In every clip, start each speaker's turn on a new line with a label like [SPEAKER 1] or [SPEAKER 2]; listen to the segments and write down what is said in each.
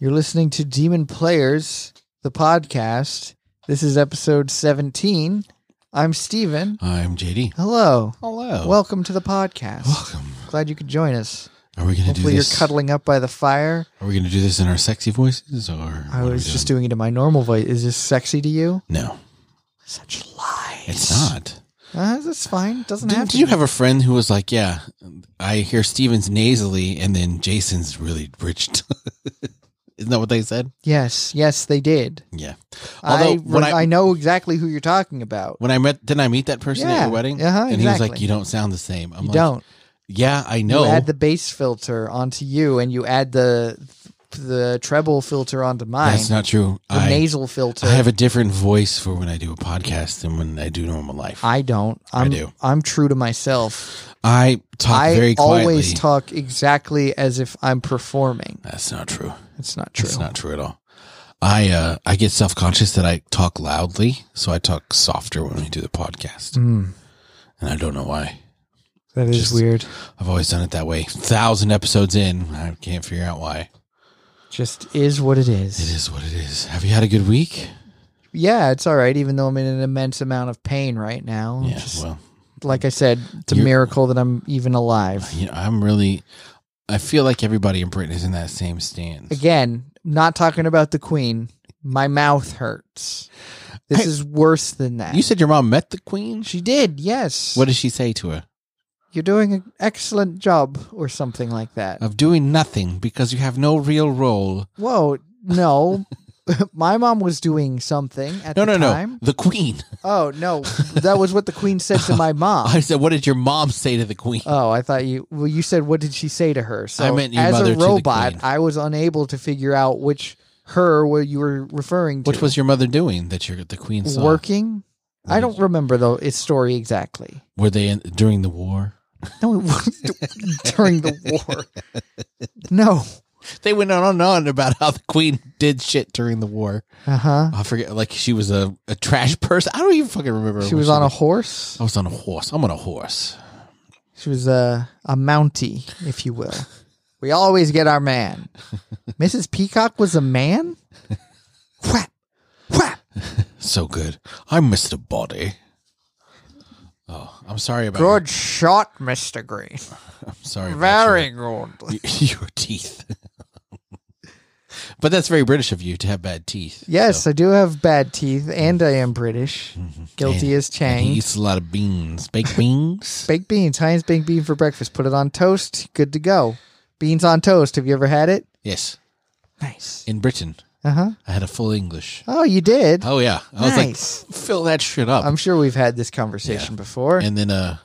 [SPEAKER 1] You're listening to Demon Players, the podcast. This is episode 17. I'm Steven.
[SPEAKER 2] I'm JD.
[SPEAKER 1] Hello.
[SPEAKER 2] Hello.
[SPEAKER 1] Welcome to the podcast.
[SPEAKER 2] welcome.
[SPEAKER 1] Glad you could join us.
[SPEAKER 2] Are we going to do
[SPEAKER 1] Hopefully, you're
[SPEAKER 2] this?
[SPEAKER 1] cuddling up by the fire.
[SPEAKER 2] Are we going to do this in our sexy voices, or
[SPEAKER 1] I
[SPEAKER 2] what are we
[SPEAKER 1] was just
[SPEAKER 2] doing?
[SPEAKER 1] doing it in my normal voice. Is this sexy to you?
[SPEAKER 2] No,
[SPEAKER 1] Such lies.
[SPEAKER 2] it's not.
[SPEAKER 1] Uh, that's fine. Doesn't
[SPEAKER 2] Did,
[SPEAKER 1] have
[SPEAKER 2] did
[SPEAKER 1] to.
[SPEAKER 2] Uh-huh, you
[SPEAKER 1] be.
[SPEAKER 2] have a friend who was like, "Yeah, I hear Steven's nasally, and then Jason's really rich." Isn't that what they said?
[SPEAKER 1] yes, yes, they did.
[SPEAKER 2] Yeah.
[SPEAKER 1] I,
[SPEAKER 2] Although when
[SPEAKER 1] re-
[SPEAKER 2] I,
[SPEAKER 1] I know exactly who you're talking about.
[SPEAKER 2] when I met didn't I meet that person at
[SPEAKER 1] Yeah,
[SPEAKER 2] your wedding?
[SPEAKER 1] uh-huh,
[SPEAKER 2] and he was like,
[SPEAKER 1] exactly.
[SPEAKER 2] "You don't sound the same." I'm
[SPEAKER 1] you
[SPEAKER 2] like,
[SPEAKER 1] don't.
[SPEAKER 2] Yeah, I know.
[SPEAKER 1] You add the bass filter onto you, and you add the the treble filter onto mine.
[SPEAKER 2] That's not true.
[SPEAKER 1] the
[SPEAKER 2] I,
[SPEAKER 1] nasal filter.
[SPEAKER 2] I have a different voice for when I do a podcast than when I do normal life. I,
[SPEAKER 1] I don't. I'm,
[SPEAKER 2] do.
[SPEAKER 1] I'm true to myself.
[SPEAKER 2] talk
[SPEAKER 1] I
[SPEAKER 2] very quietly.
[SPEAKER 1] always talk exactly as if I'm performing.
[SPEAKER 2] That's not true.
[SPEAKER 1] It's not true.
[SPEAKER 2] It's not true at all. I uh, I get self conscious that I talk loudly, so I talk softer when we do the podcast,
[SPEAKER 1] Mm,
[SPEAKER 2] and I don't know why.
[SPEAKER 1] that is
[SPEAKER 2] Just-
[SPEAKER 1] weird.
[SPEAKER 2] I've always done it that way. Thousand episodes in, I can't figure out why.
[SPEAKER 1] Just is what it is.
[SPEAKER 2] It is what it is. Have you had a good week?
[SPEAKER 1] Yeah, it's all right. Even though I'm in an immense amount of pain right now.
[SPEAKER 2] Yeah.
[SPEAKER 1] Just-
[SPEAKER 2] Well,
[SPEAKER 1] like I said, it's a
[SPEAKER 2] You're-
[SPEAKER 1] miracle that I'm even alive.
[SPEAKER 2] you know, I'm really. I feel like everybody in Britain is in that same stance.
[SPEAKER 1] Again, not talking about the Queen. My mouth hurts. This
[SPEAKER 2] Hey.
[SPEAKER 1] is worse than that.
[SPEAKER 2] You said your mom met the Queen.
[SPEAKER 1] she did. Yes.
[SPEAKER 2] What did she say to her?
[SPEAKER 1] You're doing an excellent job, or something like that.
[SPEAKER 2] Of doing nothing because you have no real role.
[SPEAKER 1] Whoa, no. My mom was doing something at
[SPEAKER 2] No, no,
[SPEAKER 1] the
[SPEAKER 2] no.
[SPEAKER 1] time.
[SPEAKER 2] The Queen.
[SPEAKER 1] Oh no, that was what the queen said to my mom.
[SPEAKER 2] I said, what did your mom say to the Queen?
[SPEAKER 1] Oh, I thought you. Well, you said what did she say to her? So
[SPEAKER 2] I meant your
[SPEAKER 1] as
[SPEAKER 2] mother
[SPEAKER 1] a
[SPEAKER 2] to the
[SPEAKER 1] robot,
[SPEAKER 2] queen.
[SPEAKER 1] I was unable to figure out which her what you were referring to.
[SPEAKER 2] What was your mother doing that your the queen saw?
[SPEAKER 1] working?
[SPEAKER 2] What
[SPEAKER 1] I
[SPEAKER 2] did
[SPEAKER 1] don't
[SPEAKER 2] you-
[SPEAKER 1] remember though its story exactly.
[SPEAKER 2] Were they in, during the war?
[SPEAKER 1] No, it wasn't during the war. No.
[SPEAKER 2] They went on and on about how the queen did shit during the war.
[SPEAKER 1] Uh huh.
[SPEAKER 2] I forget, like she was a, a trash person. I don't even fucking remember.
[SPEAKER 1] She
[SPEAKER 2] what
[SPEAKER 1] was on a horse.
[SPEAKER 2] I was on a horse. I'm on a horse.
[SPEAKER 1] She was a a mountie, if you will. We always get our man. Mrs. Peacock was a man. Whap, whap.
[SPEAKER 2] So good. I missed a body. Oh, I'm sorry about. Your,
[SPEAKER 1] Good shot, Mister Green.
[SPEAKER 2] I'm sorry. about your-
[SPEAKER 1] Very good.
[SPEAKER 2] your, teeth. but that's very British of you to have bad teeth.
[SPEAKER 1] Yes,
[SPEAKER 2] so- Mm-hmm.
[SPEAKER 1] I do have bad teeth, and I am British. Guilty as
[SPEAKER 2] and he
[SPEAKER 1] Chang.
[SPEAKER 2] eats a lot of beans, baked beans.
[SPEAKER 1] Baked beans, Heinz baked bean for breakfast. Put it on toast. Good to go. Beans on toast. Have you ever had it?
[SPEAKER 2] yes,
[SPEAKER 1] Nice.
[SPEAKER 2] in Britain,
[SPEAKER 1] Uh huh.
[SPEAKER 2] I had a full English.
[SPEAKER 1] Oh, you did.
[SPEAKER 2] Oh yeah, I
[SPEAKER 1] Nice.
[SPEAKER 2] was like, fill that shit up.
[SPEAKER 1] I'm sure we've had this conversation before.
[SPEAKER 2] and then uh,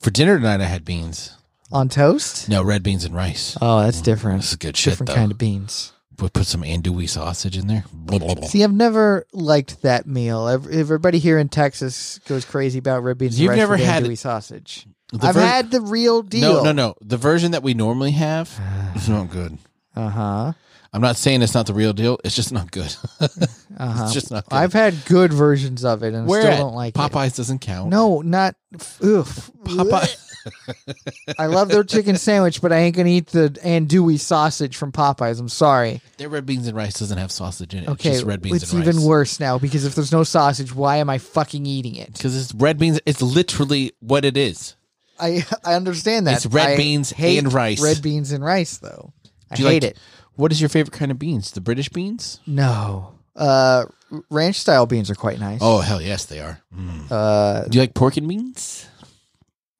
[SPEAKER 2] for dinner tonight, I had beans.
[SPEAKER 1] on toast.
[SPEAKER 2] No, red beans and rice.
[SPEAKER 1] Oh, that's
[SPEAKER 2] This
[SPEAKER 1] different.
[SPEAKER 2] is good shit
[SPEAKER 1] Different
[SPEAKER 2] though.
[SPEAKER 1] kind of beans.
[SPEAKER 2] we put some andouille sausage in there. Blah, blah, blah.
[SPEAKER 1] See, I've never liked that meal. Ev- Everybody here in Texas goes crazy about red beans. and
[SPEAKER 2] You've
[SPEAKER 1] rice
[SPEAKER 2] never
[SPEAKER 1] with
[SPEAKER 2] had-
[SPEAKER 1] andouille sausage.
[SPEAKER 2] The
[SPEAKER 1] I've
[SPEAKER 2] ver-
[SPEAKER 1] had the real
[SPEAKER 2] No,
[SPEAKER 1] deal.
[SPEAKER 2] no, no. The version that we normally have is not good.
[SPEAKER 1] Uh huh.
[SPEAKER 2] I'm not saying it's not the real deal. It's just not good.
[SPEAKER 1] Uh huh.
[SPEAKER 2] it's just not good.
[SPEAKER 1] I've had good versions of it and
[SPEAKER 2] We're
[SPEAKER 1] still
[SPEAKER 2] at-
[SPEAKER 1] don't like it.
[SPEAKER 2] Popeyes doesn't count.
[SPEAKER 1] No, not ugh.
[SPEAKER 2] Popeye.
[SPEAKER 1] I love their chicken sandwich, but I ain't gonna eat the andouille sausage from Popeyes. I'm sorry.
[SPEAKER 2] Their red beans and rice doesn't have sausage in it.
[SPEAKER 1] Okay,
[SPEAKER 2] it's just red beans
[SPEAKER 1] it's
[SPEAKER 2] and
[SPEAKER 1] even
[SPEAKER 2] rice.
[SPEAKER 1] worse now because if there's no sausage, why am I fucking eating it?
[SPEAKER 2] Because it's red beans. It's literally what it is.
[SPEAKER 1] I I understand that
[SPEAKER 2] It's red
[SPEAKER 1] I
[SPEAKER 2] beans
[SPEAKER 1] hate
[SPEAKER 2] and rice.
[SPEAKER 1] Red beans and rice, though. I
[SPEAKER 2] Do you
[SPEAKER 1] hate
[SPEAKER 2] like-
[SPEAKER 1] it.
[SPEAKER 2] What is your favorite kind of beans? The British beans?
[SPEAKER 1] No, uh, ranch style beans are quite nice.
[SPEAKER 2] Oh hell yes, they are. Mm.
[SPEAKER 1] uh,
[SPEAKER 2] Do you like pork and beans?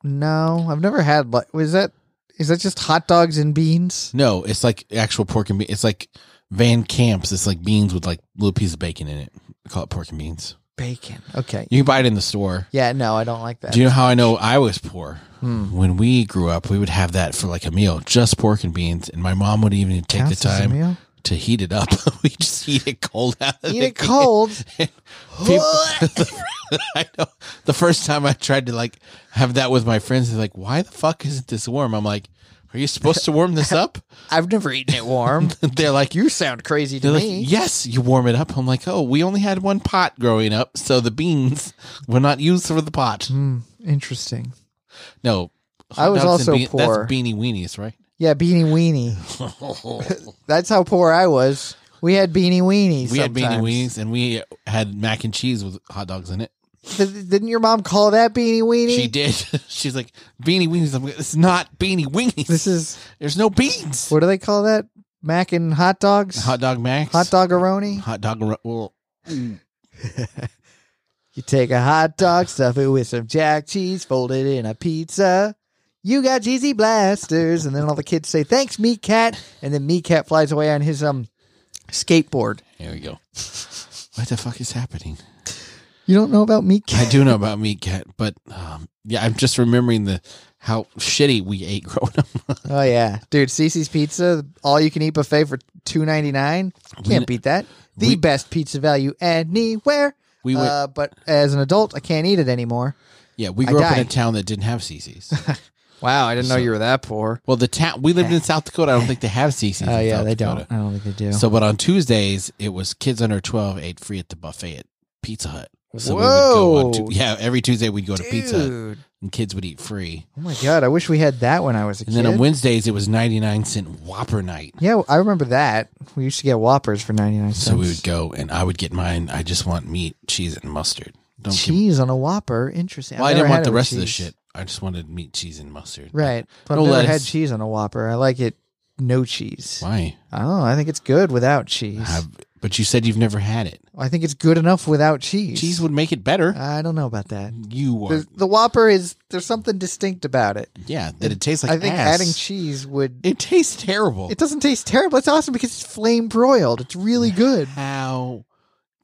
[SPEAKER 1] no, I've never had like was that is that just hot dogs and beans?
[SPEAKER 2] No, it's like actual pork and beans. It's like Van Camp's. It's like beans with like little piece of bacon in it. They call it pork and beans.
[SPEAKER 1] Bacon. Okay.
[SPEAKER 2] You can buy it in the store.
[SPEAKER 1] Yeah, no, I don't like that. Hmm.
[SPEAKER 2] Do you know how I know I was poor? When we grew up, we would have that for like a meal, just pork and beans, and my mom would even take the
[SPEAKER 1] Counts as a
[SPEAKER 2] time
[SPEAKER 1] meal?
[SPEAKER 2] to heat it up. we just eat it cold out. Of
[SPEAKER 1] Eat
[SPEAKER 2] the
[SPEAKER 1] it cold.
[SPEAKER 2] People- I know. The first time I tried to like have that with my friends, they're like, "Why the fuck isn't this warm?" I'm like, "Are you supposed to warm this up?"
[SPEAKER 1] I've never eaten it warm.
[SPEAKER 2] they're like,
[SPEAKER 1] you sound crazy to
[SPEAKER 2] They're like,
[SPEAKER 1] me.
[SPEAKER 2] yes, you warm it up. I'm like, oh, we only had one pot growing up, so the beans were not used for the pot.
[SPEAKER 1] Hmm, interesting.
[SPEAKER 2] No,
[SPEAKER 1] I was
[SPEAKER 2] hot dogs and
[SPEAKER 1] also
[SPEAKER 2] bean-
[SPEAKER 1] poor.
[SPEAKER 2] That's beanie weenies, right?
[SPEAKER 1] Yeah, beanie weenie. That's how poor I was. We had beanie weenies.
[SPEAKER 2] we had beanie
[SPEAKER 1] sometimes.
[SPEAKER 2] weenies and we had mac and cheese with hot dogs in it.
[SPEAKER 1] Th- didn't your mom call that beanie weenie?
[SPEAKER 2] She did. She's like beanie weenies. I'm like, it's not beanie weenies.
[SPEAKER 1] This is
[SPEAKER 2] There's no beans.
[SPEAKER 1] what do they call that? Mac and hot dogs.
[SPEAKER 2] Hot dog max.
[SPEAKER 1] hot doggeroni.
[SPEAKER 2] Hot dog. ro- Well,
[SPEAKER 1] You take a hot dog, stuff it with some jack cheese, fold it in a pizza. You got cheesy blasters, and then all the kids say thanks, meat cat, and then meat cat flies away on his um skateboard.
[SPEAKER 2] here we go. What the fuck is happening?
[SPEAKER 1] You don't know about meat cat?
[SPEAKER 2] I do know about meat cat, but um, yeah, I'm just remembering the how shitty we ate growing up.
[SPEAKER 1] Oh yeah, dude, Cece's Pizza, all you can eat buffet for two ninety nine. Can't beat that. The
[SPEAKER 2] we-
[SPEAKER 1] best pizza value anywhere.
[SPEAKER 2] We went,
[SPEAKER 1] uh, but as an adult, I can't eat it anymore.
[SPEAKER 2] yeah, we grew up in a
[SPEAKER 1] died.
[SPEAKER 2] town that didn't have CC's.
[SPEAKER 1] Wow, I didn't know you were that poor.
[SPEAKER 2] Well, the town we lived in South Dakota. I don't think they have CC's.
[SPEAKER 1] Oh
[SPEAKER 2] in
[SPEAKER 1] yeah,
[SPEAKER 2] South
[SPEAKER 1] they
[SPEAKER 2] Dakota.
[SPEAKER 1] don't. I don't think they do.
[SPEAKER 2] So, but on Tuesdays, it was kids under 12 ate free at the buffet at Pizza Hut. So we
[SPEAKER 1] Whoa,
[SPEAKER 2] would go on Tu- yeah, every Tuesday we'd go to Pizza Hut
[SPEAKER 1] Dude.
[SPEAKER 2] and kids would eat free.
[SPEAKER 1] Oh my god, I wish we had that when I was a
[SPEAKER 2] And
[SPEAKER 1] kid.
[SPEAKER 2] then on Wednesdays, it was 99 cent Whopper night.
[SPEAKER 1] yeah, I remember that. We used to get Whoppers for ninety nine cents.
[SPEAKER 2] So we would go and I would get mine. I just want meat, cheese, and mustard. Don't give me-
[SPEAKER 1] cheese on a Whopper. Interesting.
[SPEAKER 2] well, I
[SPEAKER 1] I've
[SPEAKER 2] didn't
[SPEAKER 1] never
[SPEAKER 2] want
[SPEAKER 1] had it
[SPEAKER 2] the
[SPEAKER 1] with
[SPEAKER 2] rest of the
[SPEAKER 1] cheese.
[SPEAKER 2] shit. I just wanted meat, cheese, and mustard.
[SPEAKER 1] Right, but
[SPEAKER 2] No
[SPEAKER 1] I've never
[SPEAKER 2] lettuce.
[SPEAKER 1] had cheese on a Whopper. I like it no cheese.
[SPEAKER 2] Why?
[SPEAKER 1] Oh, I think it's good without cheese.
[SPEAKER 2] Have, but you said you've never had it.
[SPEAKER 1] I think it's good enough without cheese.
[SPEAKER 2] Cheese would make it better.
[SPEAKER 1] I don't know about that.
[SPEAKER 2] you are.
[SPEAKER 1] The, the Whopper is there's something distinct about it.
[SPEAKER 2] Yeah, that it tastes like
[SPEAKER 1] I think
[SPEAKER 2] ass.
[SPEAKER 1] adding cheese would.
[SPEAKER 2] It tastes terrible.
[SPEAKER 1] It doesn't taste terrible. It's awesome because it's flame broiled. It's really good.
[SPEAKER 2] How?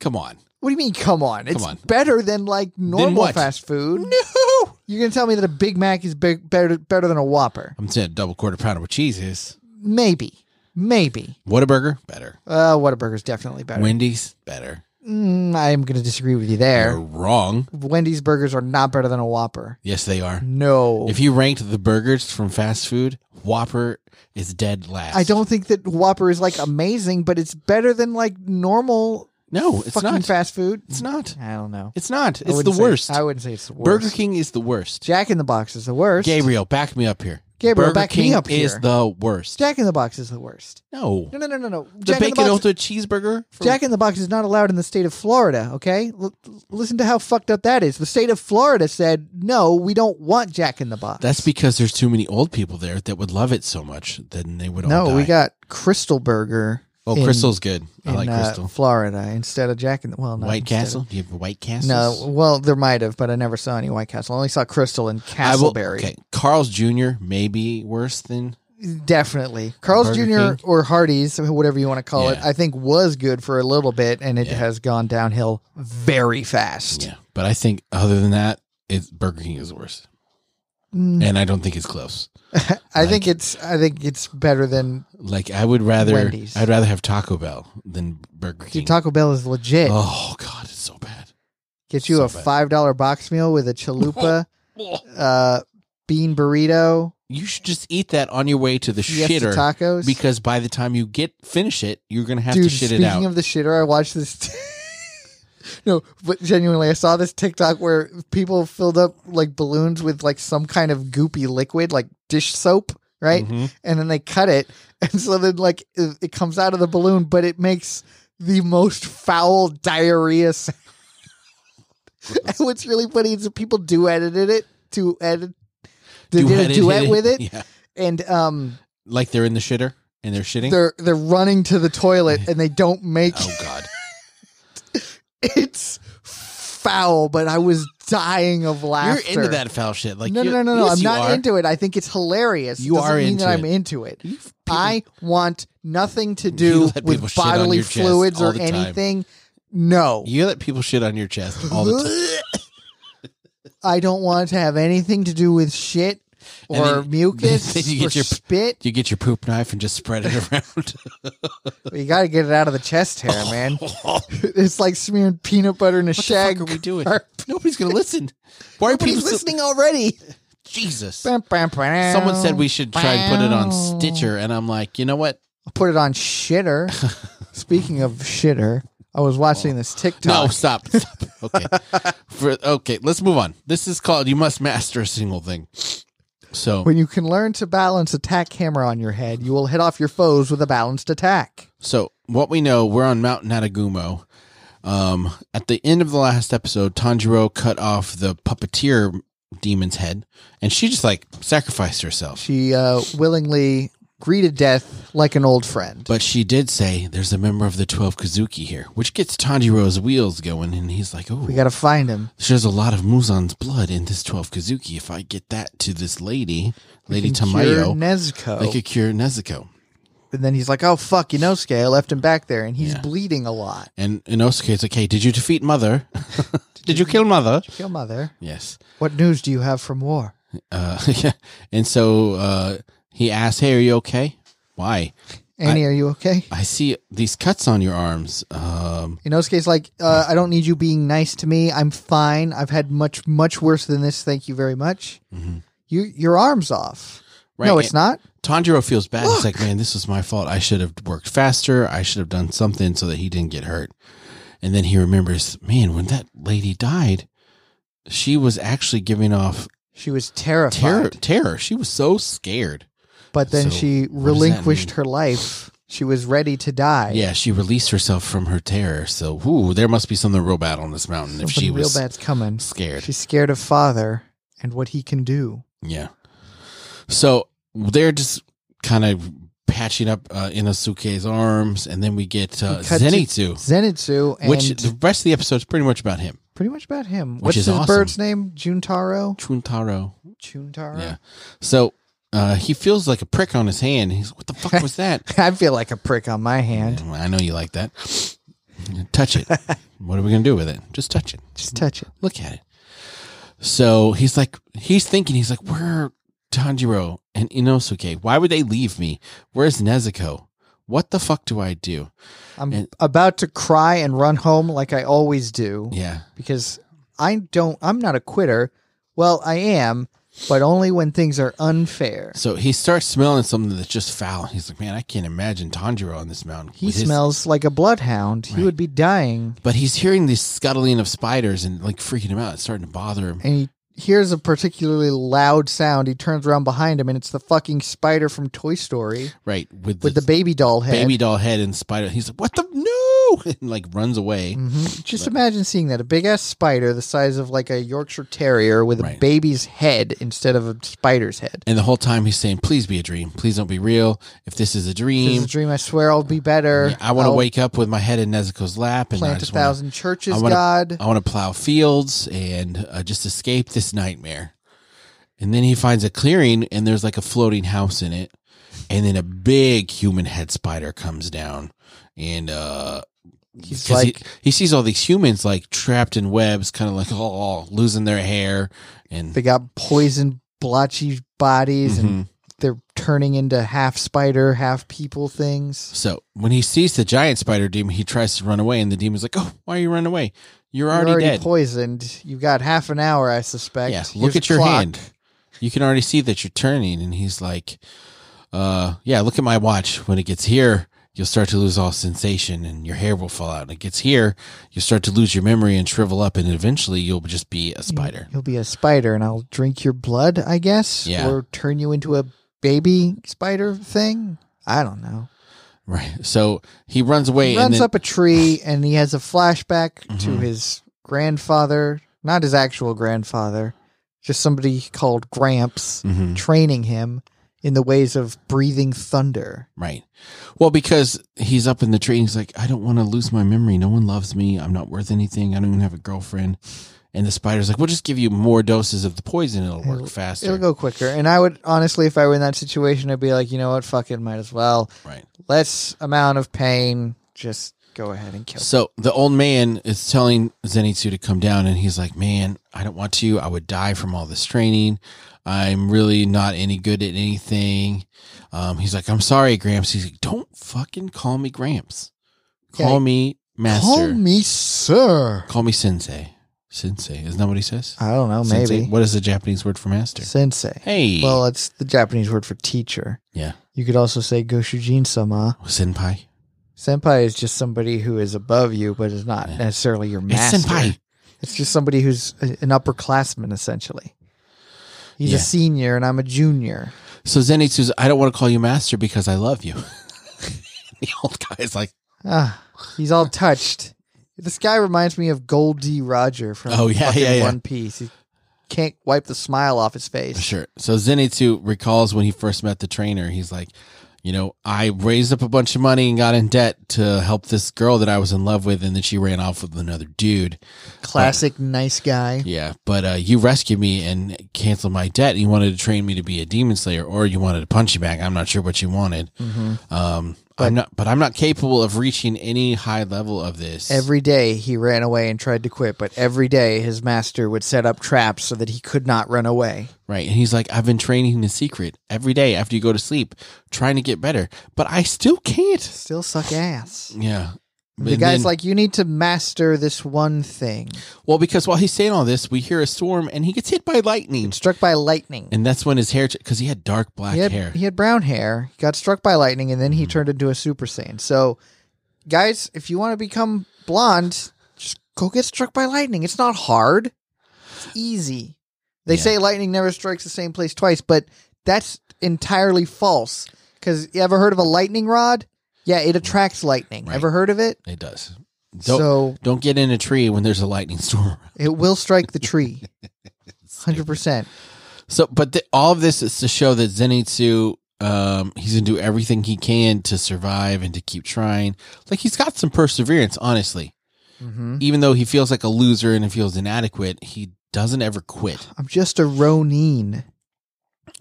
[SPEAKER 2] Come on.
[SPEAKER 1] What do you mean? Come on, it's
[SPEAKER 2] on.
[SPEAKER 1] better than like normal
[SPEAKER 2] what?
[SPEAKER 1] fast food. No, you're gonna tell me that a Big Mac is big, better better than a Whopper?
[SPEAKER 2] I'm saying double quarter pounder with cheese is.
[SPEAKER 1] Maybe, maybe.
[SPEAKER 2] Whataburger, better.
[SPEAKER 1] Uh, Whataburger's definitely better.
[SPEAKER 2] Wendy's, better.
[SPEAKER 1] Mm, I'm gonna disagree with you there.
[SPEAKER 2] You're wrong.
[SPEAKER 1] Wendy's burgers are not better than a Whopper.
[SPEAKER 2] Yes, they are.
[SPEAKER 1] No,
[SPEAKER 2] If you ranked the burgers from fast food, Whopper is dead last.
[SPEAKER 1] I don't think that Whopper is like amazing, but it's better than like normal
[SPEAKER 2] No, it's
[SPEAKER 1] fucking
[SPEAKER 2] not.
[SPEAKER 1] fast food.
[SPEAKER 2] it's not.
[SPEAKER 1] I don't know.
[SPEAKER 2] It's not.
[SPEAKER 1] I
[SPEAKER 2] It's the
[SPEAKER 1] wouldn't say-
[SPEAKER 2] worst.
[SPEAKER 1] I wouldn't say it's the worst.
[SPEAKER 2] Burger King is the worst.
[SPEAKER 1] Jack in the Box is the worst.
[SPEAKER 2] Gabriel, back me up here.
[SPEAKER 1] Gabriel,
[SPEAKER 2] Burger
[SPEAKER 1] back me
[SPEAKER 2] King
[SPEAKER 1] up here.
[SPEAKER 2] is the worst.
[SPEAKER 1] Jack in the Box is the worst.
[SPEAKER 2] no.
[SPEAKER 1] No, no, no, no, no.
[SPEAKER 2] The
[SPEAKER 1] Jack in
[SPEAKER 2] bacon
[SPEAKER 1] the box,
[SPEAKER 2] also cheeseburger. from-
[SPEAKER 1] Jack in the Box is not allowed in the state of Florida. Okay, L- l- listen to how fucked up that is. The state of Florida said no, we don't want Jack in the Box.
[SPEAKER 2] That's because there's too many old people there that would love it so much. Then they would all
[SPEAKER 1] no.
[SPEAKER 2] die.
[SPEAKER 1] We got Crystal Burger.
[SPEAKER 2] Oh,
[SPEAKER 1] in-
[SPEAKER 2] Crystal's good. I
[SPEAKER 1] in,
[SPEAKER 2] like
[SPEAKER 1] uh,
[SPEAKER 2] Crystal.
[SPEAKER 1] Florida instead of Jack in the well, not
[SPEAKER 2] White
[SPEAKER 1] instead of-
[SPEAKER 2] Castle. Do you have White Castle?
[SPEAKER 1] No, well, there might have, but I never saw any White Castle. I only saw Crystal and
[SPEAKER 2] I will-
[SPEAKER 1] Castleberry.
[SPEAKER 2] okay, Carl's Jr. may be worse than
[SPEAKER 1] Definitely. Carl's
[SPEAKER 2] Burger
[SPEAKER 1] Jr.
[SPEAKER 2] King?
[SPEAKER 1] or Hardee's, whatever you want to call it,
[SPEAKER 2] Yeah.
[SPEAKER 1] I think was good for a little bit and it
[SPEAKER 2] Yeah.
[SPEAKER 1] has gone downhill very fast.
[SPEAKER 2] yeah, but I think other than that, it's Burger King is worse,
[SPEAKER 1] Mm,
[SPEAKER 2] and I don't think it's close.
[SPEAKER 1] I think it's I think it's better than
[SPEAKER 2] Like I would rather
[SPEAKER 1] Wendy's.
[SPEAKER 2] I'd rather have Taco Bell than Burger King.
[SPEAKER 1] dude, Taco Bell is legit.
[SPEAKER 2] oh God, it's so bad.
[SPEAKER 1] Get you
[SPEAKER 2] so
[SPEAKER 1] a
[SPEAKER 2] bad.
[SPEAKER 1] five dollar box meal with a chalupa, uh, bean burrito,
[SPEAKER 2] You should just eat that on your way to the
[SPEAKER 1] fiesta
[SPEAKER 2] shitter
[SPEAKER 1] tacos.
[SPEAKER 2] because by the time you get finish it, you're gonna have to
[SPEAKER 1] Dude,
[SPEAKER 2] shit
[SPEAKER 1] speaking
[SPEAKER 2] it out.
[SPEAKER 1] of the shitter, I watched this. no, but genuinely, I saw this TikTok where people filled up like balloons with like some kind of goopy liquid, like dish soap, right?
[SPEAKER 2] Mhm.
[SPEAKER 1] And then they cut it, and so then like it, it comes out of the balloon, but it makes the most foul diarrhea sound. and what's really funny is that people do edited it to edit. They
[SPEAKER 2] You
[SPEAKER 1] did a
[SPEAKER 2] had
[SPEAKER 1] duet with it,
[SPEAKER 2] yeah.
[SPEAKER 1] and um,
[SPEAKER 2] Like they're in the shitter and they're shitting.
[SPEAKER 1] they're they're running to the toilet, and they don't make
[SPEAKER 2] oh God.
[SPEAKER 1] it's foul, but I was dying of laughter.
[SPEAKER 2] You're into that foul shit. Like
[SPEAKER 1] no,
[SPEAKER 2] you-
[SPEAKER 1] no, no, no, no.
[SPEAKER 2] yes,
[SPEAKER 1] I'm
[SPEAKER 2] you
[SPEAKER 1] not
[SPEAKER 2] are.
[SPEAKER 1] into it. I think it's hilarious.
[SPEAKER 2] You
[SPEAKER 1] it doesn't
[SPEAKER 2] are
[SPEAKER 1] mean
[SPEAKER 2] into
[SPEAKER 1] that I'm
[SPEAKER 2] it.
[SPEAKER 1] into it.
[SPEAKER 2] You people-
[SPEAKER 1] I want nothing to
[SPEAKER 2] You
[SPEAKER 1] do
[SPEAKER 2] let people
[SPEAKER 1] with
[SPEAKER 2] shit on
[SPEAKER 1] bodily
[SPEAKER 2] your chest
[SPEAKER 1] fluids
[SPEAKER 2] all
[SPEAKER 1] or
[SPEAKER 2] the time.
[SPEAKER 1] anything. No,
[SPEAKER 2] You let people shit on your chest all the time.
[SPEAKER 1] I don't want to have anything to do with shit
[SPEAKER 2] And
[SPEAKER 1] or
[SPEAKER 2] then-
[SPEAKER 1] mucus
[SPEAKER 2] then you get
[SPEAKER 1] or
[SPEAKER 2] your-
[SPEAKER 1] spit.
[SPEAKER 2] You get your poop knife and just spread it around.
[SPEAKER 1] You got to get it out of the chest hair, man.
[SPEAKER 2] what
[SPEAKER 1] it's like smearing peanut butter in a
[SPEAKER 2] Oh. the
[SPEAKER 1] shag.
[SPEAKER 2] fuck are we doing?
[SPEAKER 1] carpet.
[SPEAKER 2] Nobody's gonna listen. Why are people
[SPEAKER 1] Nobody's
[SPEAKER 2] still-
[SPEAKER 1] listening already.
[SPEAKER 2] Jesus.
[SPEAKER 1] Someone
[SPEAKER 2] Someone said we should try and put it on Stitcher, and I'm like, you know what?
[SPEAKER 1] put it on shitter. Speaking of shitter, I was watching this
[SPEAKER 2] No,
[SPEAKER 1] TikTok.
[SPEAKER 2] stop. stop. Okay, For, okay, let's move on. This is called "You Must Master a Single Thing." So
[SPEAKER 1] When you can learn to balance attack hammer on your head, you will hit off your foes with a balanced attack.
[SPEAKER 2] So what we know, we're on Mount Natagumo. Um, at the end of the last episode, Tanjiro cut off the puppeteer demon's head, and she just like sacrificed herself.
[SPEAKER 1] She uh, willingly greeted death like an old friend.
[SPEAKER 2] But she did say, "There's a member of the Twelve Kazuki here," which gets Tanjiro's wheels going, and he's like, "Oh,
[SPEAKER 1] We gotta find him.
[SPEAKER 2] there's a lot of Muzan's blood in this Twelve Kazuki. If I get that to this lady, Lady
[SPEAKER 1] And cure
[SPEAKER 2] Tamayo,
[SPEAKER 1] Nezuko.
[SPEAKER 2] they could cure Nezuko."
[SPEAKER 1] and then he's like, "Oh fuck, Inosuke, I left him back there, and he's
[SPEAKER 2] Yeah.
[SPEAKER 1] bleeding a lot."
[SPEAKER 2] And Inosuke's like, "Hey, did you defeat Mother? did you kill Mother?"
[SPEAKER 1] Your mother.
[SPEAKER 2] Yes.
[SPEAKER 1] What news do you have from war?
[SPEAKER 2] Uh, yeah. And so uh, he asks, "Hey, are you okay? Why?
[SPEAKER 1] Annie, are you okay?
[SPEAKER 2] I see these cuts on your arms. Um,
[SPEAKER 1] Inosuke's like, uh, I don't need you being nice to me. I'm fine. I've had much, much worse than this. Thank you very much. You, your arm's off.
[SPEAKER 2] Mm-hmm. right?
[SPEAKER 1] No, it's not.
[SPEAKER 2] Tanjiro feels bad. He's like, "Man, this was my fault. I should have worked faster. I should have done something so that he didn't get hurt." And then he remembers, "Man, when that lady died, she was actually giving off
[SPEAKER 1] She was terrified,
[SPEAKER 2] terror. Terror. She was so scared.
[SPEAKER 1] but then
[SPEAKER 2] So,
[SPEAKER 1] she
[SPEAKER 2] does that
[SPEAKER 1] relinquished
[SPEAKER 2] mean?
[SPEAKER 1] her life. She was ready to die.
[SPEAKER 2] Yeah, she released herself from her terror. So, ooh, there must be something real bad on this mountain if
[SPEAKER 1] Something
[SPEAKER 2] she
[SPEAKER 1] real
[SPEAKER 2] was
[SPEAKER 1] bad's coming.
[SPEAKER 2] scared."
[SPEAKER 1] She's scared of father and what he can do.
[SPEAKER 2] Yeah. So they're just kind of patching up uh, Inosuke's arms, and then we get uh,
[SPEAKER 1] We cut to-
[SPEAKER 2] Zenitsu,
[SPEAKER 1] Zenitsu, and
[SPEAKER 2] which the rest of the episode's pretty much about him.
[SPEAKER 1] pretty much about him.
[SPEAKER 2] Which
[SPEAKER 1] What's
[SPEAKER 2] is
[SPEAKER 1] his
[SPEAKER 2] awesome.
[SPEAKER 1] bird's name? Juntaro.
[SPEAKER 2] Chuntaro.
[SPEAKER 1] Juntaro.
[SPEAKER 2] Yeah. So uh, he feels like a prick on his hand. He's, what the fuck was that?
[SPEAKER 1] I feel like a prick on my hand.
[SPEAKER 2] And I know you like that. Touch it. what are we going to do with it? Just touch it.
[SPEAKER 1] Just touch it.
[SPEAKER 2] Look at it. So he's like, he's thinking, he's like, where are Tanjiro and Inosuke? Why would they leave me? Where's Nezuko? What the fuck do I do?
[SPEAKER 1] I'm
[SPEAKER 2] And-
[SPEAKER 1] about to cry and run home like I always do
[SPEAKER 2] Yeah.
[SPEAKER 1] because I don't. I'm not a quitter. Well, I am, but only when things are unfair.
[SPEAKER 2] So he starts smelling something that's just foul. He's like, man, I can't imagine Tanjiro on this mountain.
[SPEAKER 1] He
[SPEAKER 2] with his-"
[SPEAKER 1] smells like a bloodhound. He
[SPEAKER 2] Right.
[SPEAKER 1] would be dying.
[SPEAKER 2] but he's hearing this scuttling of spiders and like freaking him out. It's starting to bother him.
[SPEAKER 1] And he hears a particularly loud sound. He turns around behind him, and it's the fucking spider from Toy Story
[SPEAKER 2] Right. With,
[SPEAKER 1] with the baby doll head.
[SPEAKER 2] baby doll head and spider. He's like, what the? No. And like runs away.
[SPEAKER 1] Mhm. Just imagine seeing that a big ass spider the size of like a Yorkshire Terrier with a
[SPEAKER 2] Right.
[SPEAKER 1] baby's head instead of a spider's head.
[SPEAKER 2] And the whole time he's saying, please be a dream. Please don't be real. If this is a
[SPEAKER 1] This is
[SPEAKER 2] dream,
[SPEAKER 1] a dream. I swear I'll be better.
[SPEAKER 2] I want to
[SPEAKER 1] I'll
[SPEAKER 2] wake up with my head in Nezuko's lap and I
[SPEAKER 1] Plant a
[SPEAKER 2] just wanna-
[SPEAKER 1] thousand churches,
[SPEAKER 2] I wanna-
[SPEAKER 1] God.
[SPEAKER 2] I want to plow fields and uh, just escape this nightmare. And then he finds a clearing and there's like a floating house in it. And then a big human head spider comes down and uh
[SPEAKER 1] He's
[SPEAKER 2] 'cause
[SPEAKER 1] like,
[SPEAKER 2] he, he sees all these humans like trapped in webs, kind of like oh, losing their hair and
[SPEAKER 1] they got poisoned, blotchy bodies, and
[SPEAKER 2] Mhm.
[SPEAKER 1] they're turning into half spider, half people things.
[SPEAKER 2] so when he sees the giant spider demon, he tries to run away, and the demon's like, "Oh, why are you running away? You're
[SPEAKER 1] You're
[SPEAKER 2] already, dead.
[SPEAKER 1] poisoned. You got half an hour, I suspect.
[SPEAKER 2] Yeah,
[SPEAKER 1] Here's
[SPEAKER 2] look
[SPEAKER 1] a
[SPEAKER 2] at your
[SPEAKER 1] clock.
[SPEAKER 2] hand. You can already see that you're turning. And he's like, uh, yeah, look at my watch. When it gets here, you'll start to lose all sensation and your hair will fall out. And it gets here, you start to lose your memory and shrivel up. And eventually you'll just be
[SPEAKER 1] Mm-hmm.
[SPEAKER 2] a spider.
[SPEAKER 1] You'll be a spider, and I'll drink your blood, I guess,
[SPEAKER 2] Yeah.
[SPEAKER 1] or turn you into a baby spider thing. I don't know.
[SPEAKER 2] Right. So he runs
[SPEAKER 1] He
[SPEAKER 2] away. and
[SPEAKER 1] runs
[SPEAKER 2] then, Mm-hmm.
[SPEAKER 1] up a tree, and he has a flashback to his grandfather, not his actual grandfather, just somebody called Gramps,
[SPEAKER 2] Mhm.
[SPEAKER 1] training him in the ways of breathing thunder.
[SPEAKER 2] Right. Well, because he's up in the tree and he's like, I don't want to lose my memory. No one loves me. I'm not worth anything. I don't even have a girlfriend. And the spider's like, we'll just give you more doses of the poison. It'll work
[SPEAKER 1] It'll-
[SPEAKER 2] faster.
[SPEAKER 1] It'll go quicker. And I would honestly, if I were in that situation, I'd be like, you know what, fuck it, might as well.
[SPEAKER 2] right.
[SPEAKER 1] Less amount of pain, just go ahead and kill.
[SPEAKER 2] So the old man is telling Zenitsu to come down, and he's like, "Man, I don't want to. I would die from all this training. I'm really not any good at anything." Um, he's like, "I'm sorry, Gramps." He's like, "Don't fucking call me Gramps. Call
[SPEAKER 1] Yeah.
[SPEAKER 2] me Master.
[SPEAKER 1] Call
[SPEAKER 2] Call me-,
[SPEAKER 1] me sir.
[SPEAKER 2] Sensei. Sensei. Isn't that what he says?
[SPEAKER 1] I don't know,
[SPEAKER 2] Sensei?
[SPEAKER 1] Oh, maybe
[SPEAKER 2] What is the Japanese word for master?
[SPEAKER 1] sensei.
[SPEAKER 2] Hey.
[SPEAKER 1] Well, it's the Japanese word for teacher.
[SPEAKER 2] yeah.
[SPEAKER 1] You could also say Goshujin sama.
[SPEAKER 2] Senpai.
[SPEAKER 1] Senpai is just somebody who is above you, but is not
[SPEAKER 2] Yeah.
[SPEAKER 1] necessarily your
[SPEAKER 2] It's
[SPEAKER 1] master.
[SPEAKER 2] senpai.
[SPEAKER 1] It's just somebody who's a- an upperclassman, essentially. He's
[SPEAKER 2] Yeah.
[SPEAKER 1] a senior and I'm a junior.
[SPEAKER 2] So Zenitsu's, I don't want to call you master because I love you. the old guy's like,
[SPEAKER 1] Ah, he's all touched. This guy reminds me of Goldie Roger from
[SPEAKER 2] Oh, yeah,
[SPEAKER 1] fucking
[SPEAKER 2] yeah, yeah.
[SPEAKER 1] One Piece. He can't wipe the smile off his face.
[SPEAKER 2] Sure. So Zenitsu recalls when he first met the trainer, he's like, you know, I raised up a bunch of money and got in debt to help this girl that I was in love with, and then she ran off with another dude.
[SPEAKER 1] Classic nice guy.
[SPEAKER 2] Yeah, but uh, you rescued me and canceled my debt. You wanted to train me to be a demon slayer, or you wanted a punching bag. I'm not sure what you wanted.
[SPEAKER 1] Mm-hmm.
[SPEAKER 2] Um, I'm not, but I'm not capable of reaching any high level of this.
[SPEAKER 1] Every day he ran away and tried to quit, but every day his master would set up traps so that he could not run away.
[SPEAKER 2] Right. And he's like, I've been training in secret every day after you go to sleep, trying to get better, but I still can't.
[SPEAKER 1] Still suck ass.
[SPEAKER 2] Yeah.
[SPEAKER 1] The
[SPEAKER 2] And
[SPEAKER 1] guy's
[SPEAKER 2] then-
[SPEAKER 1] like, you need to master this one thing.
[SPEAKER 2] well, because while he's saying all this, we hear a storm and he gets hit by lightning.
[SPEAKER 1] Struck by lightning.
[SPEAKER 2] And that's when his hair, because he had dark black
[SPEAKER 1] he had,
[SPEAKER 2] hair.
[SPEAKER 1] He had brown hair. He got struck by lightning, and then
[SPEAKER 2] Mm-hmm.
[SPEAKER 1] he turned into a Super Saiyan. So, guys, if you want to become blonde, just go get struck by lightning. It's not hard. It's easy. They
[SPEAKER 2] Yeah.
[SPEAKER 1] say lightning never strikes the same place twice, but that's entirely false. Because you ever heard of a lightning rod? Yeah, it attracts lightning.
[SPEAKER 2] Right.
[SPEAKER 1] Ever heard of it?
[SPEAKER 2] It does. Don't,
[SPEAKER 1] So
[SPEAKER 2] don't get in a tree when there's a lightning storm.
[SPEAKER 1] it will strike the tree. Hundred percent.
[SPEAKER 2] So, but the, all of this is to show that Zenitsu, um, he's gonna do everything he can to survive and to keep trying. Like he's got some perseverance, honestly.
[SPEAKER 1] hmm
[SPEAKER 2] Even though he feels like a loser and he feels inadequate, he doesn't ever quit.
[SPEAKER 1] I'm just a Ronin.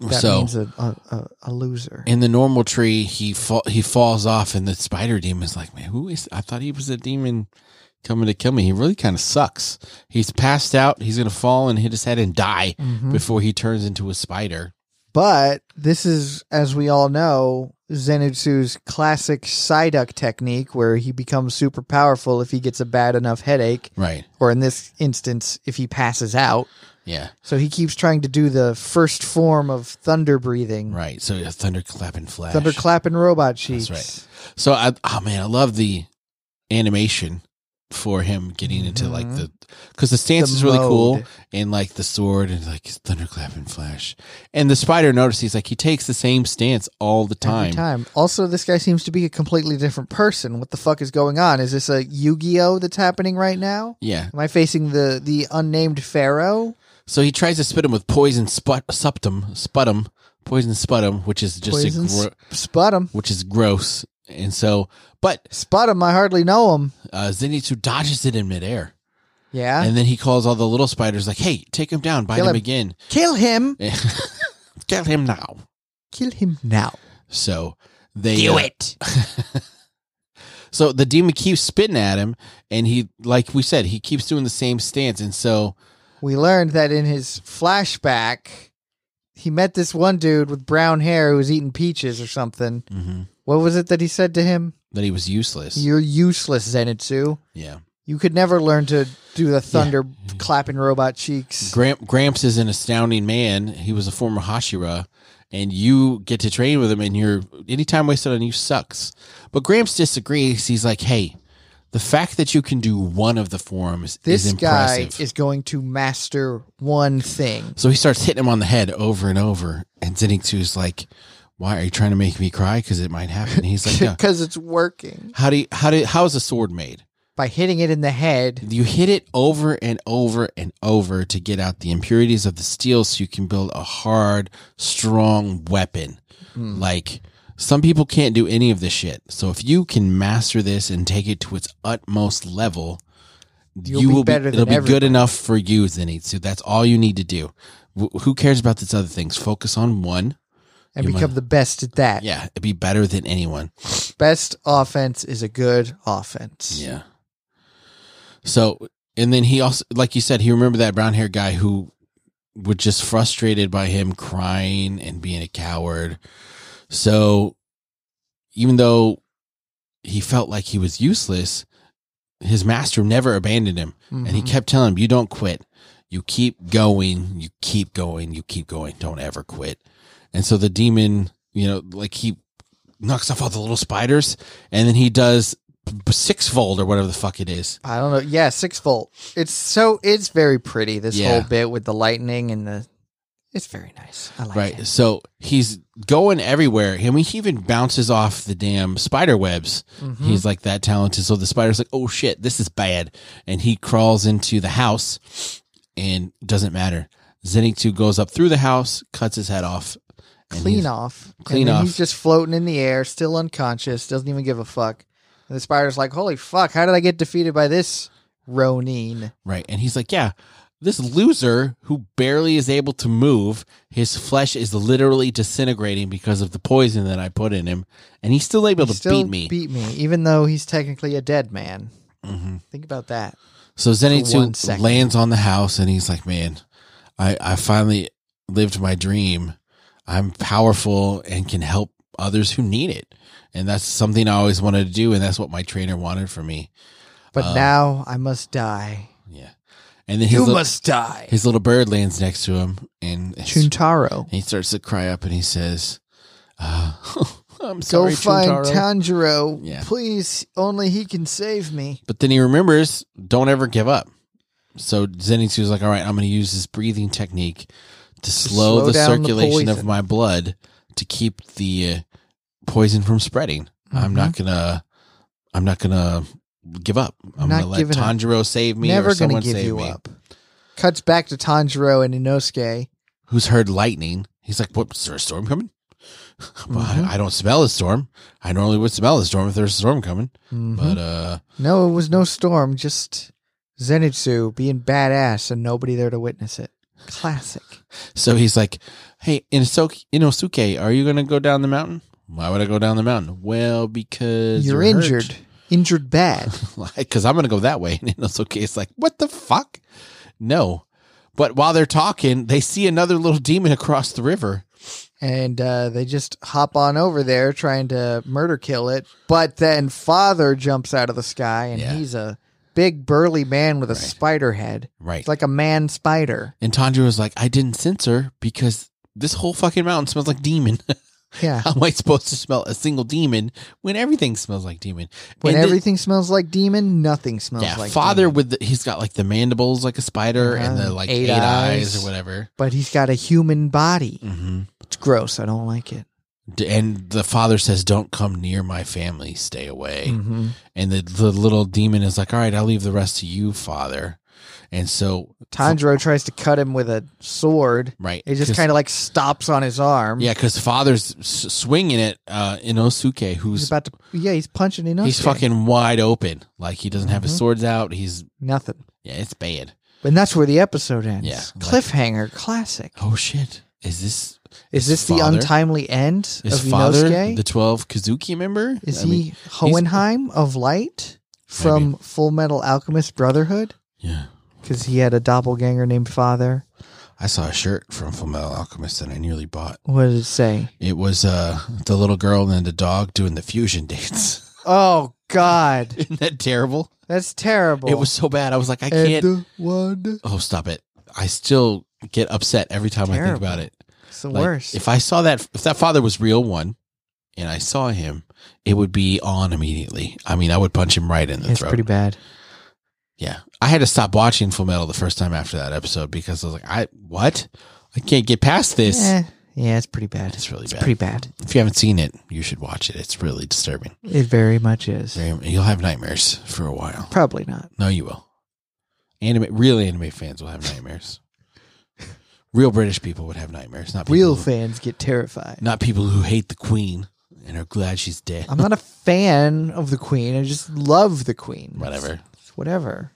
[SPEAKER 1] That
[SPEAKER 2] so,
[SPEAKER 1] means a, a, a, a loser.
[SPEAKER 2] in the normal tree, he fa- he falls off, and the spider demon's like, "Man, who is? I thought he was a demon coming to kill me. He really kind of sucks. He's passed out. He's gonna fall and hit his head and die
[SPEAKER 1] Mhm.
[SPEAKER 2] before he turns into a spider."
[SPEAKER 1] But this is, as we all know, Zenitsu's classic Psyduck technique where he becomes super powerful if he gets a bad enough headache,
[SPEAKER 2] Right?
[SPEAKER 1] or in this instance, if he passes out.
[SPEAKER 2] Yeah.
[SPEAKER 1] So he keeps trying to do the first form of thunder breathing,
[SPEAKER 2] Right. So a thunderclap and flash.
[SPEAKER 1] thunderclapping robot cheeks.
[SPEAKER 2] right. So I oh man, I love the animation for him getting into like the because the stance
[SPEAKER 1] Mm-hmm. The
[SPEAKER 2] is really cool
[SPEAKER 1] mode.
[SPEAKER 2] and like the sword and like his thunderclap and flash and the spider notices he's like he takes the same stance all the time.
[SPEAKER 1] Every time. Also, this guy seems to be a completely different person. What the fuck is going on? Is this a Yu-Gi-Oh that's happening right now?
[SPEAKER 2] Yeah.
[SPEAKER 1] Am I facing the the unnamed pharaoh?
[SPEAKER 2] So he tries to spit him with poison sput septum sputum poison sputum, which is just
[SPEAKER 1] Poison
[SPEAKER 2] a gro-
[SPEAKER 1] sp- spud him.
[SPEAKER 2] which is gross. And so, but
[SPEAKER 1] Spud him. I hardly know him.
[SPEAKER 2] uh, Zenitsu dodges it in midair,
[SPEAKER 1] Yeah.
[SPEAKER 2] and then he calls all the little spiders like, "Hey, take him down, bite
[SPEAKER 1] Kill
[SPEAKER 2] him,
[SPEAKER 1] him.
[SPEAKER 2] again,
[SPEAKER 1] Kill him.
[SPEAKER 2] kill him now."
[SPEAKER 1] Kill him now.
[SPEAKER 2] So they uh,
[SPEAKER 1] it.
[SPEAKER 2] So the demon keeps spitting at him, and he, like we said, he keeps doing the same stance. And so,
[SPEAKER 1] We learned that in his flashback, he met this one dude with brown hair who was eating peaches or something. What was it that he said to him?
[SPEAKER 2] that he was useless.
[SPEAKER 1] You're useless, Zenitsu.
[SPEAKER 2] yeah.
[SPEAKER 1] You could never learn to do the thunder clapping robot cheeks.
[SPEAKER 2] Gramp, Gramps is an astounding man. He was a former Hashira, and you get to train with him, and you're any time wasted on you sucks. But Gramps disagrees. He's like, hey, the fact that you can do one of the forms
[SPEAKER 1] This
[SPEAKER 2] is
[SPEAKER 1] guy
[SPEAKER 2] impressive.
[SPEAKER 1] is going to master one thing.
[SPEAKER 2] so he starts hitting him on the head over and over. And Zenitsu's like, why are you trying to make me cry? Because it might happen. And he's like, no.
[SPEAKER 1] Because it's working.
[SPEAKER 2] How do you, how do how is a sword made?
[SPEAKER 1] By hitting it in the head,
[SPEAKER 2] You hit it over and over and over to get out the impurities of the steel, so you can build a hard, strong weapon.
[SPEAKER 1] Hmm.
[SPEAKER 2] Like some people can't do any of this shit. So if you can master this and take it to its utmost level,
[SPEAKER 1] You'll
[SPEAKER 2] you
[SPEAKER 1] be
[SPEAKER 2] will be.
[SPEAKER 1] better than
[SPEAKER 2] it'll be good
[SPEAKER 1] everyone.
[SPEAKER 2] enough for you, Zenitsu. That's all you need to do. Wh- who cares about these other things? Focus on one.
[SPEAKER 1] and become the best at that.
[SPEAKER 2] Yeah, it'd be better than anyone.
[SPEAKER 1] Best offense is a good offense.
[SPEAKER 2] Yeah. So, and then he also, like you said, he remembered that brown hair guy who was just frustrated by him crying and being a coward. So, even though he felt like he was useless, his master never abandoned him. And he
[SPEAKER 1] Mhm.
[SPEAKER 2] kept telling him, You don't quit. You keep going. You keep going. You keep going. Don't ever quit. And so the demon, you know, like he knocks off all the little spiders and then he does six fold or whatever the fuck it is.
[SPEAKER 1] I don't know. Yeah, six volt. It's so it's very pretty. This
[SPEAKER 2] Yeah.
[SPEAKER 1] whole bit with the lightning and the It's very nice. I like
[SPEAKER 2] right?
[SPEAKER 1] it.
[SPEAKER 2] So he's going everywhere. I mean, he even bounces off the damn spider webs.
[SPEAKER 1] Mhm.
[SPEAKER 2] He's like that talented. So the spider's like, oh shit, this is bad. And he crawls into the house and doesn't matter. Zenitsu goes up through the house, cuts his head off. and
[SPEAKER 1] clean
[SPEAKER 2] he's-
[SPEAKER 1] off.
[SPEAKER 2] clean
[SPEAKER 1] and then
[SPEAKER 2] off.
[SPEAKER 1] He's just floating in the air, still unconscious, doesn't even give a fuck. And the spider's like, "Holy fuck! How did I get defeated by this Ronin?"
[SPEAKER 2] Right. And he's like, yeah, this loser who barely is able to move, his flesh is literally disintegrating because of the poison that I put in him. And he's still able
[SPEAKER 1] He
[SPEAKER 2] to
[SPEAKER 1] still
[SPEAKER 2] beat me.
[SPEAKER 1] beat me, even though he's technically a dead man.
[SPEAKER 2] hmm
[SPEAKER 1] Think about that.
[SPEAKER 2] So
[SPEAKER 1] one
[SPEAKER 2] Zenitsu
[SPEAKER 1] second.
[SPEAKER 2] lands on the house and he's like, "Man, I I finally lived my dream. I'm powerful and can help others who need it." And that's something I always wanted to do and that's what my trainer wanted for me.
[SPEAKER 1] But
[SPEAKER 2] Um,
[SPEAKER 1] now I must die.
[SPEAKER 2] Yeah. And then his
[SPEAKER 1] You
[SPEAKER 2] little,
[SPEAKER 1] must die,
[SPEAKER 2] his little bird lands next to him and it's-
[SPEAKER 1] Chuntaro.
[SPEAKER 2] he starts to cry up and he says, uh, "I'm
[SPEAKER 1] Go
[SPEAKER 2] sorry,
[SPEAKER 1] find
[SPEAKER 2] Chuntaro."
[SPEAKER 1] Tanjiro,
[SPEAKER 2] Yeah.
[SPEAKER 1] please. Only he can save me.
[SPEAKER 2] But then he remembers, don't ever give up. So Zenitsu's like, all right, I'm going to use this breathing technique to slow,
[SPEAKER 1] slow
[SPEAKER 2] the
[SPEAKER 1] down the
[SPEAKER 2] circulation of
[SPEAKER 1] poison.
[SPEAKER 2] my blood to keep the uh, poison from spreading. I'm not
[SPEAKER 1] Mm-hmm.
[SPEAKER 2] gonna, I'm not gonna give up. I'm
[SPEAKER 1] Not
[SPEAKER 2] gonna let
[SPEAKER 1] giving up.
[SPEAKER 2] Tanjiro save me
[SPEAKER 1] Mm-hmm. Never
[SPEAKER 2] or
[SPEAKER 1] gonna
[SPEAKER 2] someone
[SPEAKER 1] give
[SPEAKER 2] save
[SPEAKER 1] you
[SPEAKER 2] me.
[SPEAKER 1] up. Cuts back to Tanjiro and Inosuke.
[SPEAKER 2] Who's heard lightning? He's like, what? Is there a storm coming? Well, I-
[SPEAKER 1] Mhm.
[SPEAKER 2] I, don't smell a storm. I normally would smell a storm if there's a storm coming.
[SPEAKER 1] Mhm.
[SPEAKER 2] But uh,
[SPEAKER 1] No, it was no storm, just Zenitsu being badass and nobody there to witness it. Classic.
[SPEAKER 2] So he's like, "Hey, Inosuke, Inosuke are you going to go down the mountain?" Why would I go down the mountain? Well, because
[SPEAKER 1] You're injured. Injured bad.
[SPEAKER 2] Because I'm going to go that way. And Inosuke is like, "What the fuck? No." But while they're talking, they see another little demon across the river.
[SPEAKER 1] and uh, they just hop on over there trying to murder kill it. But then Father jumps out of the sky and
[SPEAKER 2] Yeah.
[SPEAKER 1] he's a big burly man with a
[SPEAKER 2] Right.
[SPEAKER 1] spider head.
[SPEAKER 2] Right.
[SPEAKER 1] It's like a man spider.
[SPEAKER 2] and Tanjiro is like, "I didn't censor because this whole fucking mountain smells like demon.
[SPEAKER 1] Yeah.
[SPEAKER 2] How am I supposed to smell a single demon when everything smells like demon?
[SPEAKER 1] When
[SPEAKER 2] And the-
[SPEAKER 1] everything smells like demon, nothing smells
[SPEAKER 2] yeah,
[SPEAKER 1] like
[SPEAKER 2] father
[SPEAKER 1] demon.
[SPEAKER 2] with the, he's got like the mandibles like a spider and
[SPEAKER 1] Uh-huh.
[SPEAKER 2] the like
[SPEAKER 1] Eight
[SPEAKER 2] eight, eyes.
[SPEAKER 1] eyes.
[SPEAKER 2] or whatever.
[SPEAKER 1] But he's got a human body.
[SPEAKER 2] Mm-hmm.
[SPEAKER 1] It's gross. I don't like it.
[SPEAKER 2] And the father says, "Don't come near my family. Stay away."
[SPEAKER 1] Mm-hmm.
[SPEAKER 2] And the the little demon is like, "All right, I'll leave the rest to you, father." And so
[SPEAKER 1] Tanjiro tries to cut him with a sword.
[SPEAKER 2] right,
[SPEAKER 1] It just kind of like stops on his arm.
[SPEAKER 2] yeah, because father's s- swinging it uh, Inosuke,
[SPEAKER 1] he's
[SPEAKER 2] who's
[SPEAKER 1] about to. Yeah, he's punching Inosuke.
[SPEAKER 2] he's fucking wide open, like he doesn't have his
[SPEAKER 1] Mhm.
[SPEAKER 2] swords out. He's
[SPEAKER 1] nothing.
[SPEAKER 2] yeah, it's bad.
[SPEAKER 1] And that's where the episode ends.
[SPEAKER 2] Yeah, like-
[SPEAKER 1] cliffhanger, classic.
[SPEAKER 2] Oh shit, is this
[SPEAKER 1] Is this the
[SPEAKER 2] father-
[SPEAKER 1] untimely end
[SPEAKER 2] is
[SPEAKER 1] of
[SPEAKER 2] father
[SPEAKER 1] Inosuke?
[SPEAKER 2] the twelve Kazuki member?
[SPEAKER 1] Is
[SPEAKER 2] I mean,
[SPEAKER 1] he Hohenheim of Light from Full Metal Alchemist Brotherhood?
[SPEAKER 2] yeah.
[SPEAKER 1] Because he had a doppelganger named Father.
[SPEAKER 2] I saw a shirt from Full Metal Alchemist that I nearly bought.
[SPEAKER 1] What does it say?
[SPEAKER 2] It was uh, the little girl and the dog doing the fusion dance.
[SPEAKER 1] Oh God,
[SPEAKER 2] Isn't that terrible?
[SPEAKER 1] that's terrible.
[SPEAKER 2] It was so bad. I was like, I
[SPEAKER 1] And
[SPEAKER 2] can't.
[SPEAKER 1] the one.
[SPEAKER 2] oh, stop it! I still get upset every time I think
[SPEAKER 1] Terrible.
[SPEAKER 2] about it.
[SPEAKER 1] It's the
[SPEAKER 2] Like,
[SPEAKER 1] worst.
[SPEAKER 2] If I saw that, if that father was real one, and I saw him, it would be on immediately. I mean, I would punch him right in the
[SPEAKER 1] it's
[SPEAKER 2] throat.
[SPEAKER 1] pretty bad.
[SPEAKER 2] yeah, I had to stop watching Full Metal the first time after that episode because I was like, I what? I can't get past this.
[SPEAKER 1] Eh, yeah, it's pretty bad.
[SPEAKER 2] It's really
[SPEAKER 1] It's
[SPEAKER 2] bad.
[SPEAKER 1] pretty bad.
[SPEAKER 2] if you haven't seen it, you should watch it. It's really disturbing.
[SPEAKER 1] It very much is.
[SPEAKER 2] Very- You'll have nightmares for a while.
[SPEAKER 1] Probably not.
[SPEAKER 2] No, you will. Anime, real anime fans will have nightmares. real British people would have nightmares, not people
[SPEAKER 1] Real
[SPEAKER 2] who,
[SPEAKER 1] fans get terrified.
[SPEAKER 2] not people who hate the Queen and are glad she's dead.
[SPEAKER 1] I'm not a fan of the Queen. I just love the Queen.
[SPEAKER 2] Whatever.
[SPEAKER 1] It's whatever.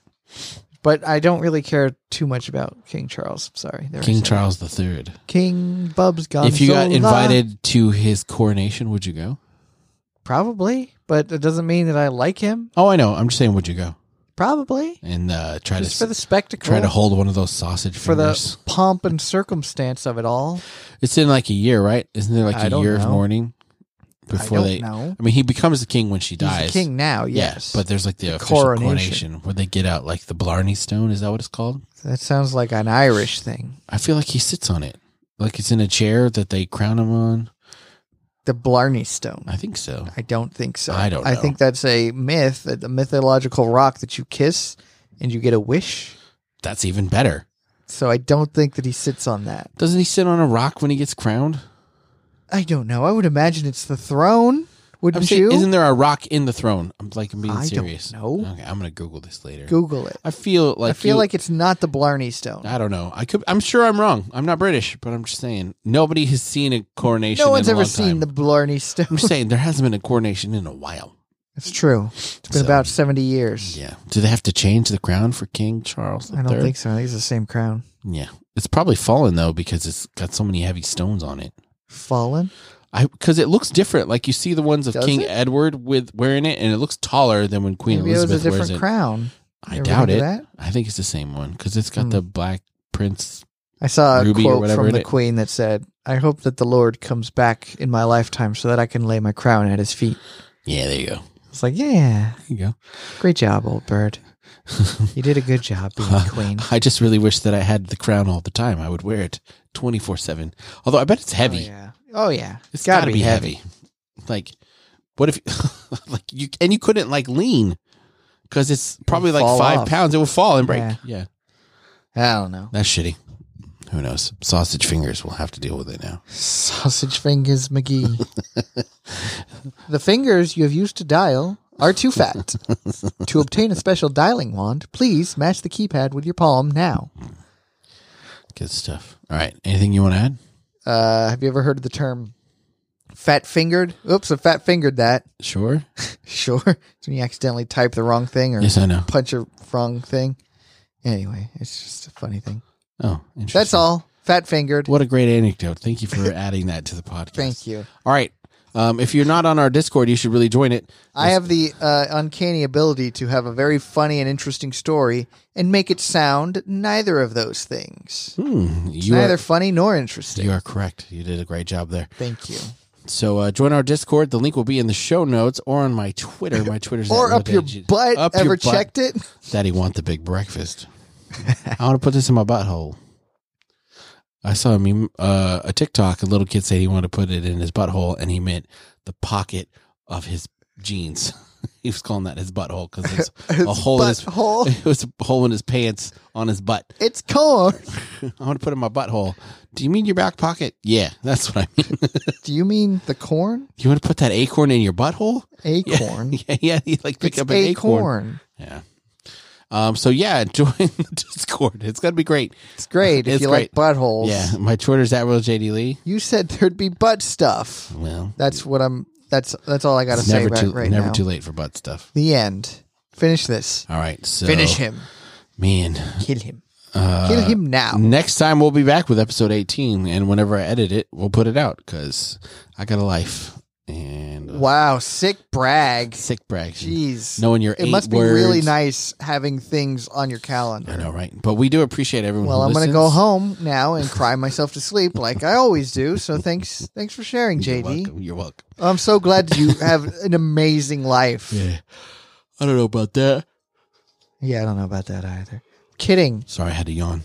[SPEAKER 1] But I don't really care too much about King Charles. I'm sorry. There I
[SPEAKER 2] King
[SPEAKER 1] said it.
[SPEAKER 2] Charles the Third.
[SPEAKER 1] King Bub's Gonzola.
[SPEAKER 2] If you got invited to his coronation, would you go?
[SPEAKER 1] Probably. But it doesn't mean that I like him.
[SPEAKER 2] Oh, I know. I'm just saying, would you go
[SPEAKER 1] Probably.
[SPEAKER 2] and uh, try
[SPEAKER 1] Just
[SPEAKER 2] to
[SPEAKER 1] for the spectacle.
[SPEAKER 2] try to hold one of those sausage
[SPEAKER 1] for
[SPEAKER 2] fingers?
[SPEAKER 1] the pomp and circumstance of it all.
[SPEAKER 2] It's in like a year, right? Isn't there like
[SPEAKER 1] I
[SPEAKER 2] a
[SPEAKER 1] don't
[SPEAKER 2] year of
[SPEAKER 1] know.
[SPEAKER 2] mourning before
[SPEAKER 1] I don't
[SPEAKER 2] they?
[SPEAKER 1] know.
[SPEAKER 2] I mean, he becomes the king when she
[SPEAKER 1] He's
[SPEAKER 2] dies.
[SPEAKER 1] the king now,
[SPEAKER 2] Yeah,
[SPEAKER 1] yes.
[SPEAKER 2] but there's like the,
[SPEAKER 1] The
[SPEAKER 2] official coronation.
[SPEAKER 1] coronation.
[SPEAKER 2] where they get out like the Blarney Stone. Is that what it's called?
[SPEAKER 1] that sounds like an Irish thing.
[SPEAKER 2] I feel like he sits on it, like it's in a chair that they crown him on.
[SPEAKER 1] The Blarney Stone.
[SPEAKER 2] I think so.
[SPEAKER 1] I don't think so.
[SPEAKER 2] I don't
[SPEAKER 1] I
[SPEAKER 2] know.
[SPEAKER 1] think that's a myth, a mythological rock that you kiss and you get a wish.
[SPEAKER 2] That's even better.
[SPEAKER 1] so I don't think that he sits on that.
[SPEAKER 2] Doesn't he sit on a rock when he gets crowned?
[SPEAKER 1] I don't know. I would imagine it's the throne.
[SPEAKER 2] I'm
[SPEAKER 1] Wouldn't
[SPEAKER 2] saying,
[SPEAKER 1] you?
[SPEAKER 2] isn't there a rock in the throne? I'm like, I'm being
[SPEAKER 1] I don't
[SPEAKER 2] serious.
[SPEAKER 1] know.
[SPEAKER 2] Okay, I'm gonna Google this later.
[SPEAKER 1] Google it.
[SPEAKER 2] I feel like
[SPEAKER 1] I feel
[SPEAKER 2] you-
[SPEAKER 1] like it's not the Blarney Stone.
[SPEAKER 2] I don't know. I could. I'm sure I'm wrong. I'm not British, but I'm just saying nobody has seen a coronation.
[SPEAKER 1] No one's
[SPEAKER 2] in a
[SPEAKER 1] ever
[SPEAKER 2] long
[SPEAKER 1] seen
[SPEAKER 2] time.
[SPEAKER 1] the Blarney Stone.
[SPEAKER 2] I'm just saying there hasn't been a coronation in a while.
[SPEAKER 1] It's true. It's been
[SPEAKER 2] So-
[SPEAKER 1] about seventy years.
[SPEAKER 2] Yeah. Do they have to change the crown for King Charles III?
[SPEAKER 1] I don't think so. I think it's the same crown.
[SPEAKER 2] Yeah. It's probably fallen though because it's got so many heavy stones on it.
[SPEAKER 1] Fallen.
[SPEAKER 2] I because it looks different. Like you see the ones of
[SPEAKER 1] Does
[SPEAKER 2] King
[SPEAKER 1] it?
[SPEAKER 2] Edward with wearing it, and it looks taller than when Queen
[SPEAKER 1] Maybe it was
[SPEAKER 2] Elizabeth
[SPEAKER 1] a
[SPEAKER 2] wears
[SPEAKER 1] different
[SPEAKER 2] it.
[SPEAKER 1] crown.
[SPEAKER 2] I
[SPEAKER 1] Ever
[SPEAKER 2] doubt
[SPEAKER 1] heard of
[SPEAKER 2] it.
[SPEAKER 1] that?
[SPEAKER 2] I think it's the same one because it's got
[SPEAKER 1] Hmm.
[SPEAKER 2] the black prince.
[SPEAKER 1] I saw a
[SPEAKER 2] Ruby or
[SPEAKER 1] quote
[SPEAKER 2] whatever
[SPEAKER 1] from
[SPEAKER 2] in
[SPEAKER 1] the
[SPEAKER 2] it.
[SPEAKER 1] Queen that said, "I hope that the Lord comes back in my lifetime so that I can lay my crown at His feet."
[SPEAKER 2] Yeah, there you go.
[SPEAKER 1] It's like, yeah,
[SPEAKER 2] There you go.
[SPEAKER 1] great job, old bird. You did a good job being queen.
[SPEAKER 2] I just really wish that I had the crown all the time. I would wear it twenty four seven. Although I bet it's heavy.
[SPEAKER 1] Oh yeah. Oh yeah.
[SPEAKER 2] It's got to be, heavy. Like, what if like you and you couldn't like lean because it's probably like
[SPEAKER 1] fall
[SPEAKER 2] five
[SPEAKER 1] off.
[SPEAKER 2] pounds. It will fall and break.
[SPEAKER 1] Yeah.
[SPEAKER 2] Yeah.
[SPEAKER 1] I don't know.
[SPEAKER 2] that's shitty. Who knows? Sausage fingers will have to deal with it now.
[SPEAKER 1] Sausage fingers McGee. the fingers you have used to dial are too fat. to obtain a special dialing wand, please match the keypad with your palm now.
[SPEAKER 2] Good stuff. All right. Anything you want to add?
[SPEAKER 1] Uh, have you ever heard of the term fat fingered? Oops, I fat fingered that.
[SPEAKER 2] Sure.
[SPEAKER 1] Sure. It's when you accidentally type the wrong thing or
[SPEAKER 2] Yes, I know.
[SPEAKER 1] punch a wrong thing. Anyway, it's just a funny thing.
[SPEAKER 2] Oh, interesting.
[SPEAKER 1] That's all. Fat fingered.
[SPEAKER 2] What a great anecdote. Thank you for adding that to the podcast.
[SPEAKER 1] Thank you.
[SPEAKER 2] All right. Um, if you're not on our Discord, you should really join it.
[SPEAKER 1] I have the uh, uncanny ability to have a very funny and interesting story and make it sound neither of those things.
[SPEAKER 2] Hmm, you
[SPEAKER 1] neither
[SPEAKER 2] are,
[SPEAKER 1] funny nor interesting.
[SPEAKER 2] you are correct. You did a great job there.
[SPEAKER 1] Thank you.
[SPEAKER 2] So uh, join our Discord. The link will be in the show notes or on my Twitter. My Twitter's at
[SPEAKER 1] Or
[SPEAKER 2] no
[SPEAKER 1] up your
[SPEAKER 2] digit-
[SPEAKER 1] butt.
[SPEAKER 2] Up your
[SPEAKER 1] Ever
[SPEAKER 2] butt.
[SPEAKER 1] checked it?
[SPEAKER 2] Daddy want the big breakfast. I want to put this in my butthole. I saw a meme, uh, a TikTok. A little kid said he wanted to put it in his butthole, and he meant the pocket of his jeans. he was calling that his butthole because it's a
[SPEAKER 1] It's
[SPEAKER 2] hole in his
[SPEAKER 1] butthole.
[SPEAKER 2] it was a hole in his pants on his butt.
[SPEAKER 1] It's corn.
[SPEAKER 2] I want to put it in my butthole. Do you mean your back pocket? Yeah, that's what I mean.
[SPEAKER 1] Do you mean the corn?
[SPEAKER 2] you want to put that acorn in your butthole?
[SPEAKER 1] Acorn.
[SPEAKER 2] Yeah, yeah. You like pick
[SPEAKER 1] It's
[SPEAKER 2] up an acorn.
[SPEAKER 1] acorn.
[SPEAKER 2] Yeah. Um. So yeah, join the Discord. It's gonna be great.
[SPEAKER 1] It's great if
[SPEAKER 2] It's
[SPEAKER 1] you
[SPEAKER 2] great.
[SPEAKER 1] like buttholes.
[SPEAKER 2] Yeah. My Twitter's at real JD Lee.
[SPEAKER 1] You said there'd be butt stuff.
[SPEAKER 2] Well,
[SPEAKER 1] That's what I'm. That's that's all I got to
[SPEAKER 2] it's
[SPEAKER 1] say
[SPEAKER 2] never
[SPEAKER 1] about
[SPEAKER 2] too
[SPEAKER 1] it right
[SPEAKER 2] never
[SPEAKER 1] now.
[SPEAKER 2] too late for butt stuff.
[SPEAKER 1] the end. Finish this.
[SPEAKER 2] All right. So uh,
[SPEAKER 1] Finish him.
[SPEAKER 2] man.
[SPEAKER 1] Kill him. Kill him now.
[SPEAKER 2] Next time we'll be back with episode eighteen, and whenever I edit it, we'll put it out because I got a life and uh,
[SPEAKER 1] Wow, sick brag.
[SPEAKER 2] sick brag.
[SPEAKER 1] Jeez.
[SPEAKER 2] Knowing your
[SPEAKER 1] it
[SPEAKER 2] eight
[SPEAKER 1] must be
[SPEAKER 2] words.
[SPEAKER 1] really nice having things on your calendar.
[SPEAKER 2] I know, right? But we do appreciate everyone.
[SPEAKER 1] Well,
[SPEAKER 2] who
[SPEAKER 1] I'm going to
[SPEAKER 2] listens.
[SPEAKER 1] go home now and cry myself to sleep like I always do. So thanks thanks for sharing, JD.
[SPEAKER 2] You're welcome. You're welcome.
[SPEAKER 1] I'm so glad you have an amazing life.
[SPEAKER 2] Yeah. I don't know about that.
[SPEAKER 1] Yeah, I don't know about that either. Kidding.
[SPEAKER 2] Sorry, I had to yawn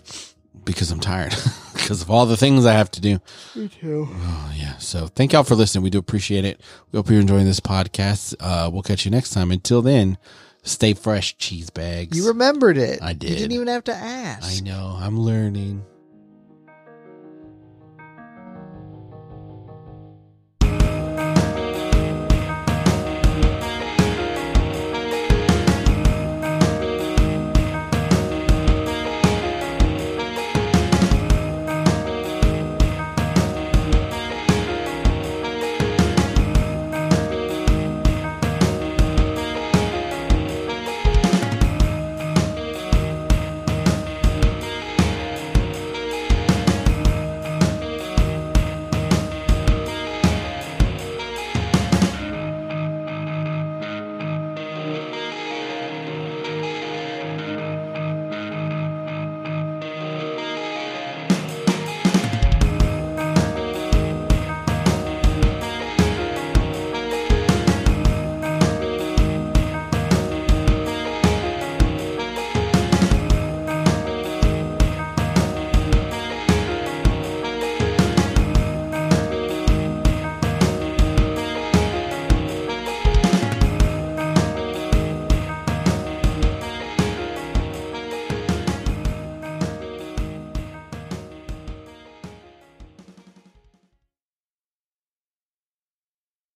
[SPEAKER 2] because I'm tired because of all the things I have to do.
[SPEAKER 1] Me too.
[SPEAKER 2] Oh, yeah. So thank y'all for listening. We do appreciate it. We hope you're enjoying this podcast. Uh, we'll catch you next time. Until then, stay fresh, cheese bags.
[SPEAKER 1] You remembered it.
[SPEAKER 2] I
[SPEAKER 1] You
[SPEAKER 2] did.
[SPEAKER 1] didn't even have to ask.
[SPEAKER 2] I know. I'm learning.